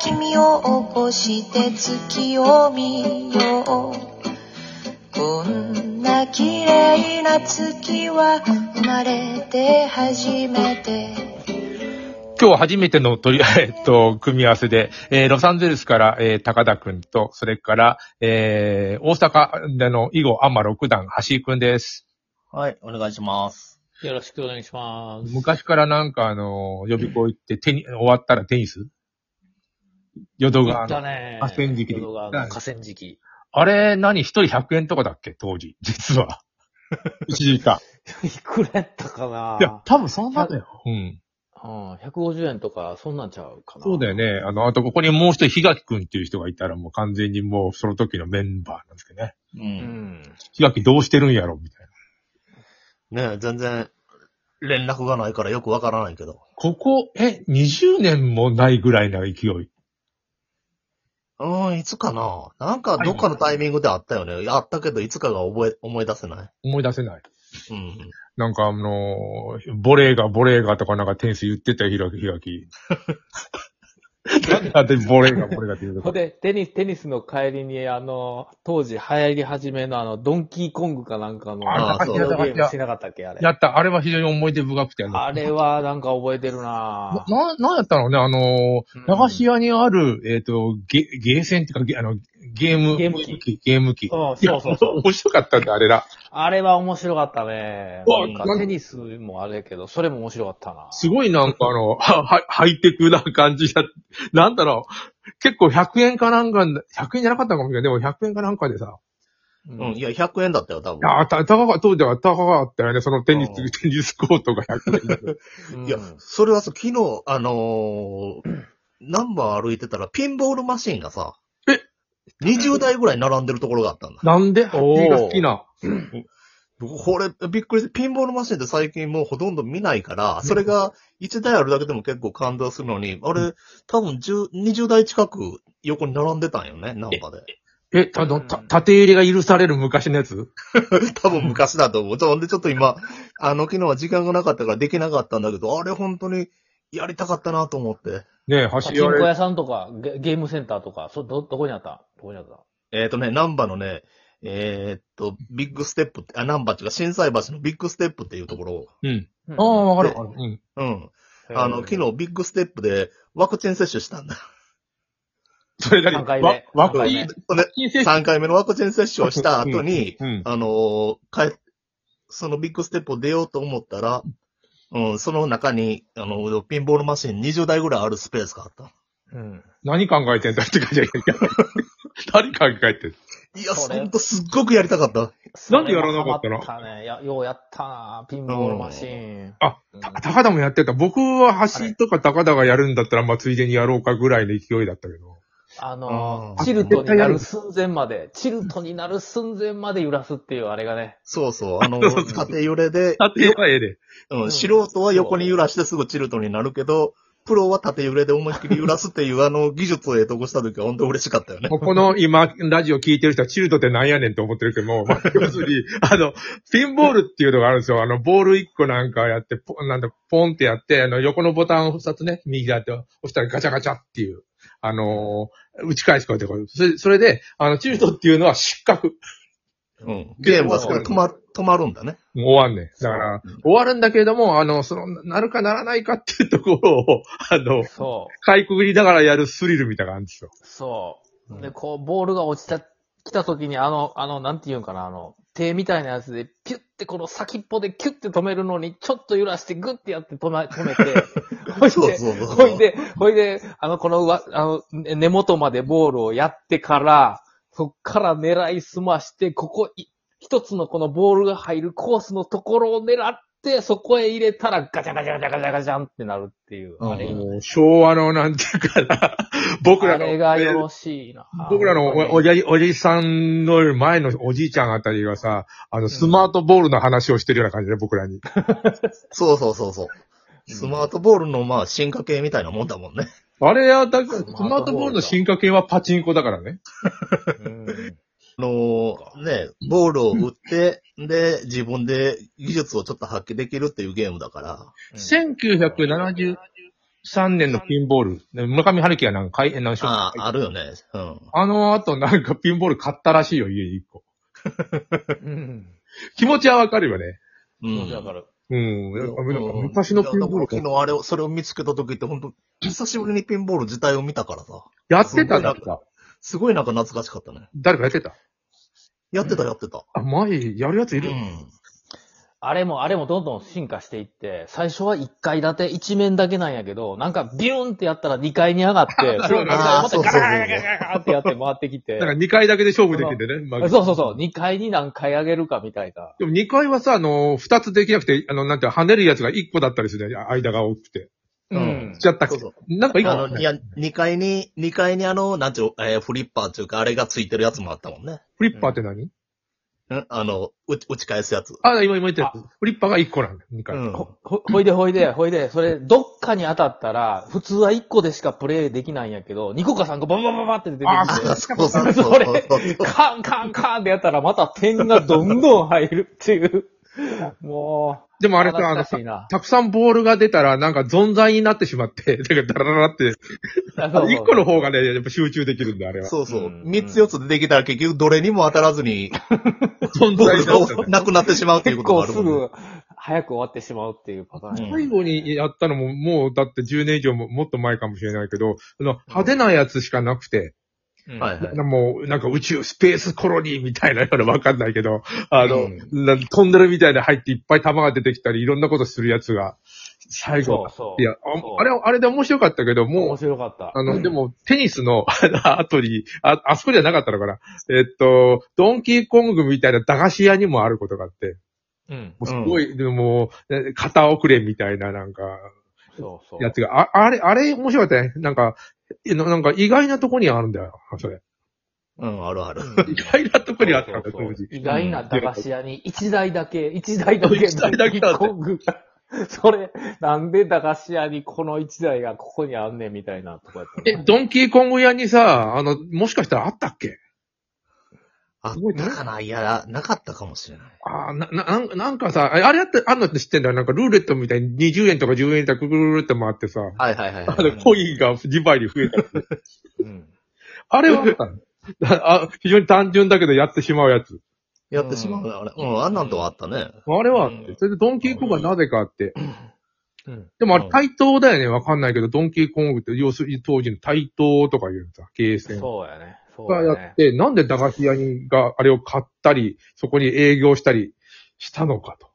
君を起こして月を見ようこんな綺麗な月は生まれて初めて今日初めての取り、 えっと、組み合わせで、えーロサンゼルスから、えー高田くんと、それから、えー大阪での囲碁アマ六段、橋井くんです。はい、お願いします。よろしくお願いします。昔からなんかあの、予備校行って、手に、終わったらテニス淀行川ったの。ね。河川敷で淀川の河川敷。あれ、何一人100円とかだっけ当時。実は。 一時間。いくらやった かいやな、多分そんなだよ。うん。うん、?150 円とか、そんなんちゃうかな。そうだよね。あの、あとここにもう一人、ひがきくんっていう人がいたら、もう完全にもう、その時のメンバーなんですけどね。う。うんん。ひがきどうしてるんやろみたいな。ねえ、全然、連絡がないからよくわからないけど。ここ、え、20年もないぐらいな勢い。うーん、いつかななんか、どっかのタイミングであったよね。あったけど、いつかが覚え、思い出せない。思い出せない。うん。なんかあのーボレーガ、ボレーガとかなんかテニス言ってたよ、ひらき、ひら き。なんで私ボレーガ、ボレーガって言うのほんで、テニス、テニスの帰りに、あの、当時流行り始めのあの、ドンキーコングかなんかの、ああそうビデオゲームしてなかったっけ、あれや。った、あれは非常に思い出深くて。あのあれはなんか覚えてるなな、ぁ。ななんやったのね、あのうんー、流し屋にある、えっ、と、ゲ、ゲーセンっていうか、ゲあの、ゲーム、ゲーム機、ゲーム機。うんそうそうそういや面白かったんだ、あれら。あれは面白かったね。うわなんなかんテニスもあれやけど、それも面白かったな。すごいなんかあの、 は、は、ハイテクな感じだ。なんだろう。結構100円かなんか、100円じゃなかったかもしれない。でも100円かなんかでさ。ううん、いや、100円だったよ、多分。あ、た、高か、当時は高かったよね。そのテニうス、テニスコートが100円だった。うんいや、それはさ、昨日、あのー、ナンバー歩いてたら、ピンボールマシンがさ、え ?20 台ぐらい並んでるところがあったんだ。なんでおー映画好きな。これ、びっくりして、ピンボールマシンって最近もうほとんど見ないから、それが1台あるだけでも結構感動するのに、あれ、多分10 20台近く横に並んでたんよね、ナンパで。 え、た、の、た、縦入れが許される昔のやつ多分昔だと思う。ほんでちょっと今、あの、昨日は時間がなかったからできなかったんだけど、あれ本当にやりたかったなと思って。ねえ、パチン橋コあれ。屋さんとかゲ、ゲームセンターとか、そ、ど、どこにあったどこにあったえっ、とね、ナンバのね、えーっと、ビッグステップって、あ、ナンバっていうか、震災橋のビッグステップっていうところを、うん。うんああ、わかるわかる。うん。うん。あの、昨日ビッグステップでワクチン接種したんだ。 それなり三回目わ、わ三か回い目。それ金 星3回目のワクチン接種をした後に、うん。あのー、帰っそのビッグステップを出ようと思ったら、うん、その中に、あの、ピンボールマシン20台ぐらいあるスペースがあった。うん。何考えてんだって感じだけど 何考えてんいや、それほんとすっごくやりたかった。なんでやらなかったのそれはハマったね。や、ようやったなピンボールマシーン。あ、うんた、高田もやってた。僕は橋とか高田がやるんだったら、まあ、ついでにやろうかぐらいの勢いだったけど。ああのーー、チルトになる寸前まで、チルトになる寸前まで揺らすっていうあれがね。そう そう、あのー、縦揺れで、縦はええで。ううんん、素人は横に揺らしてすぐチルトになるけど、プロは縦揺れで思いっきり揺らすっていう、あの、技術を得得した時は本当嬉しかったよね。ここの今、ラジオ聞いてる人は、チルドってなんやねんと思ってるけども、 まあ要するに、あの、ピンボールっていうのがあるんですよ。あの、ボール1個なんかやって、ポン、なんだ、ポンってやって、あの、横のボタンを2つね、右だって押したらガチャガチャっていう、あのー打ち返すこうやってこうそれ、それで、あの、チルドっていうのは失格。うん。ゲームはそこで止ま、止まるんだね。もう終わんねん。だから、終わるんだけれども、あの、その、なるかならないかっていうところを、あの、そう、かいくぐりながらやるスリルみたいなのがあるんですよ。そう。で、こう、ボールが落ちた、来た時に、あの、あの、なんていうんかな、あの、手みたいなやつで、ピュってこの先っぽでキュって止めるのに、ちょっと揺らしてグッてやって止め、止 めて、ほいそうで、そうそう。ほいで、ほいで、あの、このわ、あの、ね根元までボールをやってから、そっから狙いすまして、ここい、一つのこのボールが入るコースのところを狙って、そこへ入れたらガチャガチャガチャガチャガチャンってなるっていう。うんあれ、もう昭和のなんていうかな、 僕らあの、れがよろしいな。僕らのおおじおじさんのより前のおじいちゃんあたりがさ、あの、スマートボールの話をしてるような感じで、僕らに。そうそうそうそう。スマートボールの、まあ、進化系みたいなもんだもん ね。あれは、だススマートボールだマートボールの進化系はパチンコだからね。うんあのー、ね、ボールを打って、で、自分で技術をちょっと発揮できるっていうゲームだから。うん1970、 2013年のピンボール。で村上春樹がなんか買い、えなんかああ、あるよね。うん。あの後なんかピンボール買ったらしいよ、家に1個。うん。気持ちはわかるよね。うそうだから。うん。やっぱなんかうん昔のピンボールいやだから昨日あれを、それを見つけた時って本当久しぶりにピンボール自体を見たからさ。やってたんだすごいなすごいなんか懐かしかったね。誰かやってたやってたやってた。あ、前、やるやついうる、ん。あれも、あれもどんどん進化していって、最初は1階建て、1面だけなんやけど、なんかビューンってやったら2階に上がって、それを2階またガラガラガラガラってやって回ってきてな、んか2回だけで勝負できてね。まあそうそうそう、2階に何回上げるかみたいな。でも2回はさ、あの、2つできなくて、あの、なんていうの跳ねるやつが1個だったりするね。間が多くて。うんし。ちゃったっけそうなんか1個ああったの、いねや、2階に、二階にあの、なんちゅう、えーフリッパーっていうか、あれがついてるやつもあったもんね。フリッパーって何、んあの、打ち打ち返すやつ。あ、今、今言ったやつ。フリッパーが1個なんだ。2う回。ん。ほ、ほほいでほいで、ほいで、それ、どっかに当たったら、普通は1個でしかプレイできないんやけど、2個か3個バンバンバンバンって出てあくるあんそうそうで、そうそそうれ、カンカンカンってやったら、また点がどんどん入るっていう。もう、でもあれさ、あ懐の、かしたいな。。たくさんボールが出たら、なんか存在になってしまって、だからダラダラって、1個の方がね、やっぱ集中できるんだ、あれは。 そうそううん三つ四つ出てきたら結局どれにも当たらずに、存ボー在ルだったねがなくなってしまうっていう結ことがあ構るもすんね。ぐ、早く終わってしまうっていうパターン。うん最後にやったのも、もうだって10年以上も、もっと前かもしれないけど、あの、派手なやつしかなくて、うんはいはい。もう、なんか宇宙、スペースコロニーみたいなようなわかんないけど、あの、うんなトンネルみたいな入っていっぱい弾が出てきたり、いろんなことするやつが、最そ後う。そう。いや、あそうあれ、あれで面白かったけど、も面う、白かった。あの、でも、テニスの、あの、後に、あ、あそこじゃなかったのかな。えっと、ドンキーコングみたいな駄菓子屋にもあることがあって、うん。もうすごい、でも、ね片遅れみたいな、なんか、そうそう。やつが、あ、あれ、あれ面白かったね。なんか、えななんか意外なとこにあるんだよ、それ。うん、あるある。意外なとこにあったんだ、そうそ当うそう時。意外な駄菓子屋に一台だけ、一台だ け、一台だけあってコングが それ、なんで駄菓子屋にこの一台がここにあんねんみたいなとこやったえ、なドンキーコング屋にさ、あの、もしかしたらあったっけあったかないや、なかったかもしれない。ああ、な、な、なんなんかさ、ああれやって、あんのって知ってんだよ。なんかルーレットみたいに20円とか10円とかぐるぐるぐるって回ってさ、はいはいはい。 あの、コインが2倍に増えた。うん あれはあったのあ非常に単純だけどやってしまうやつ。やってしまうね、あれ。うん、あんなんとはあったね。あれはあって。それでドンキーコングはなぜかあって。うん。でもあれうん対等だよね。わかんないけど、ドンキーコングって、要するに当時の対等とかいうさ、経営戦。そうやね。そうがややっね。て、なんで駄菓子屋にがあれを買ったり、そこに営業したりしたのかと。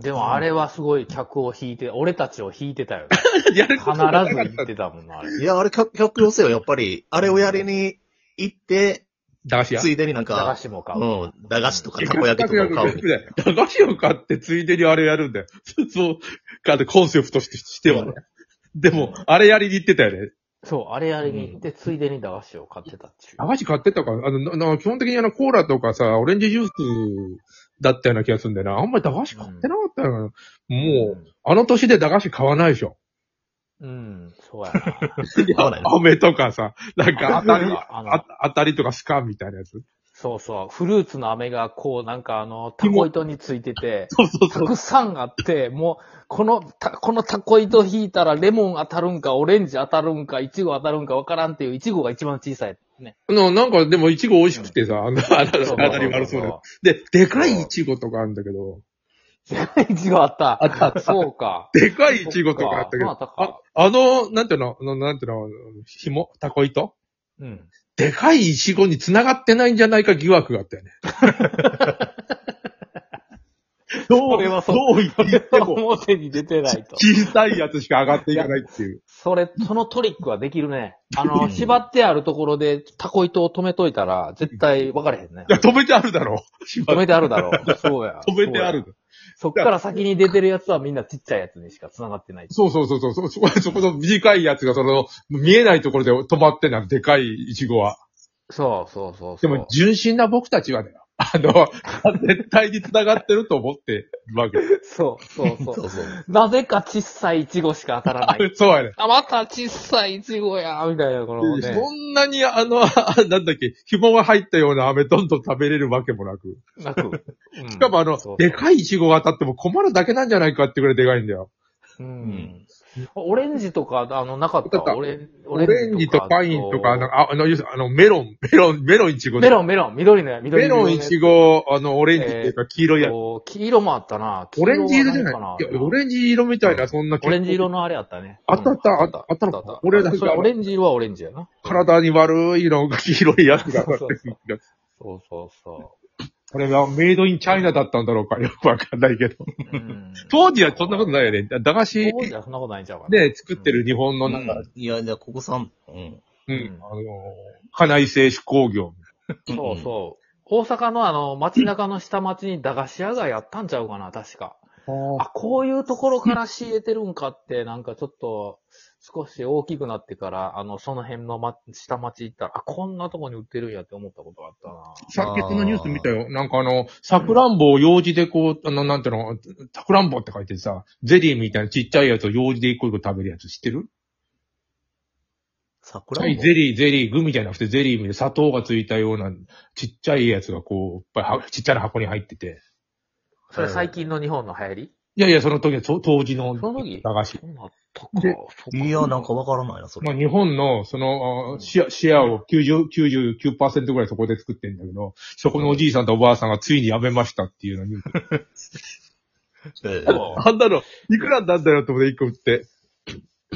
でもあれはすごい客を引いて、俺たちを引いてたよ ね。やる必ことずがなかっ行たってたもんな、あ れ。いや、あれ、客、客寄せよ、やっぱり。あれをやりに行って、駄菓子屋つ。いでになん駄菓か、子も買う。うん、駄菓子とかたこ焼きとかを買うみたい駄な。菓子を買って、ついでにあれやるんだよ。そう、かってコンセプトとしてしてはね。でも、あれやりに行ってたよね。そう、あれやりに行って、ついでに駄菓子を買ってたっていう駄。菓子買ってたから、あの、なな基本的にあの、コーラとかさ、オレンジジュースだったような気がするんだよな。あんまり駄菓子買ってなかったよな。もう、あの年で駄菓子買わないでしょ。うん。うん、そ うやな。買 わないの。飴とかさ、なんか当たり、あのあ、当たりとかスカンみたいなやつ。そうそう。フルーツの飴がこう、なんかあの、タコ糸についてて、そうそうた。くさんあって、もう、このた、このタコ糸引いたらレモン当たるんか、オレンジ当たるんか、イチゴ当たるんかわからんっていう、イチゴが一番小さい。 ね。の、なんかでもイチゴ美味しくてさ、あの、あの当たり悪そうだ。で、でかいイチゴとかあるんだけど、イチゴあった。あったあったそうか。でかいイチゴとかあったけど、そっかまああ、あの、なんていうの、あのなんていうの、紐タコ糸うん。でかいイチゴに繋がってないんじゃないか疑惑があったよ ね。どそれはそうどう言って も、表に出てないと。小さいやつしか上がっていかないっていう。それ、そのトリックはできるね。あうの、ん縛ってあるところでタコ糸を止めといたら、絶対分かれへんね い。や、止めてあるだろう。止めてあるだろう。そうや。止めてある。そっから先に出てるやつはみんなちっちゃいやつにしか繋がってない。そうそうそうそう。 そそこ、そこの短いやつが、その、見えないところで止まってんな、でかいイチゴは。そうそうそうそう。でも、純真な僕たちはね、あの、 絶対に繋がってると思ってるわけ。そうそうそ。そううそう。なぜか小さいイチゴしか当たらなあい。そうやね。 あ、また小さいイチゴやみたいな、このね。そんなに、あの、 あなんだっけ、紐が入ったような飴どんどん食べれるわけもなく。なく。うんしかもあの、でかいイチゴが当たっても困るだけなんじゃないかってくらいでかいんだよ。ううんん。オレンジとか、あの、なかっなた。かったオレンオレンジとパインとか、あの、ああの、要するにあのメロン、メロン、メロンイチゴメロン、メロン、緑のや、緑メロンイチゴ、あの、オレンジっていうか黄色いやつ。ゴ。黄色もあったな。オレンジ色じゃない黄色は何いかや、オレンジ色みたいな、そんなオレンジ色のあれあったね。あったあったあったあったのか俺だけそれオレンジ色はオレンジやな。体に悪いのが黄色いや つが上がってくる気がする。そうそうそこれがメイドインチャイナだったんだろうか、よくわかんないけど。う。うん 当時はそんなことないよね。だ駄菓子当時はそんなことないんちゃうかな。で作ってる日本のうなんか、ん。いや、じゃあ、ここさん、うん。うん、うんあのー、家内製手工業。そうそう。大阪のあの、街中の下町に駄菓子屋がやったんちゃうかな、確か。あ、こういうところから仕入れてるんかって、なんかちょっと、少し大きくなってから、あの、その辺の、ま、下町行ったら、あ、こんなとこに売ってるんやって思ったことがあったな。さっきそのニュース見たよ。なんかあの、さくらんぼを用事でこう、あの、なんていうの、さくらんぼって書いてさ、ゼリーみたいなちっちゃいやつを用事で一個一個食べるやつ知ってる桜はいゼリー、ゼリー、具みたいなくてゼリーみたいな砂糖がついたようなちっちゃいやつがこう、いっぱいはちっちゃな箱に入ってて。それ最近の日本の流行りいやいや、その時、そ当時のその時駄菓子。そうなったかで。そっかいや、なんかわからないな、そまあ、れ。日本の、その、あシェア、シェアを90、99%ぐらいそこで作ってんだけど、そこのおじいさんとおばあさんがついにやめましたっていうのに。ええあんなの、いくらなんだよって思って一個売って。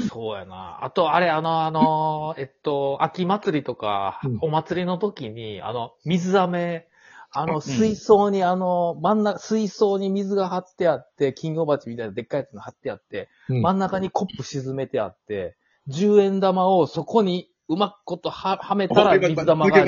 そうやな。あと、あれ、あの、あの、えっと、秋祭りとかうん、お祭りの時に、あの、水飴、ああうの、ん水槽に、あの、真ん中、水槽に水が張ってあって、金魚鉢みたいなでっかいやつが張ってあって、うん真ん中にコップ沈めてあって、10円玉をそこにうまくことははめたら水玉が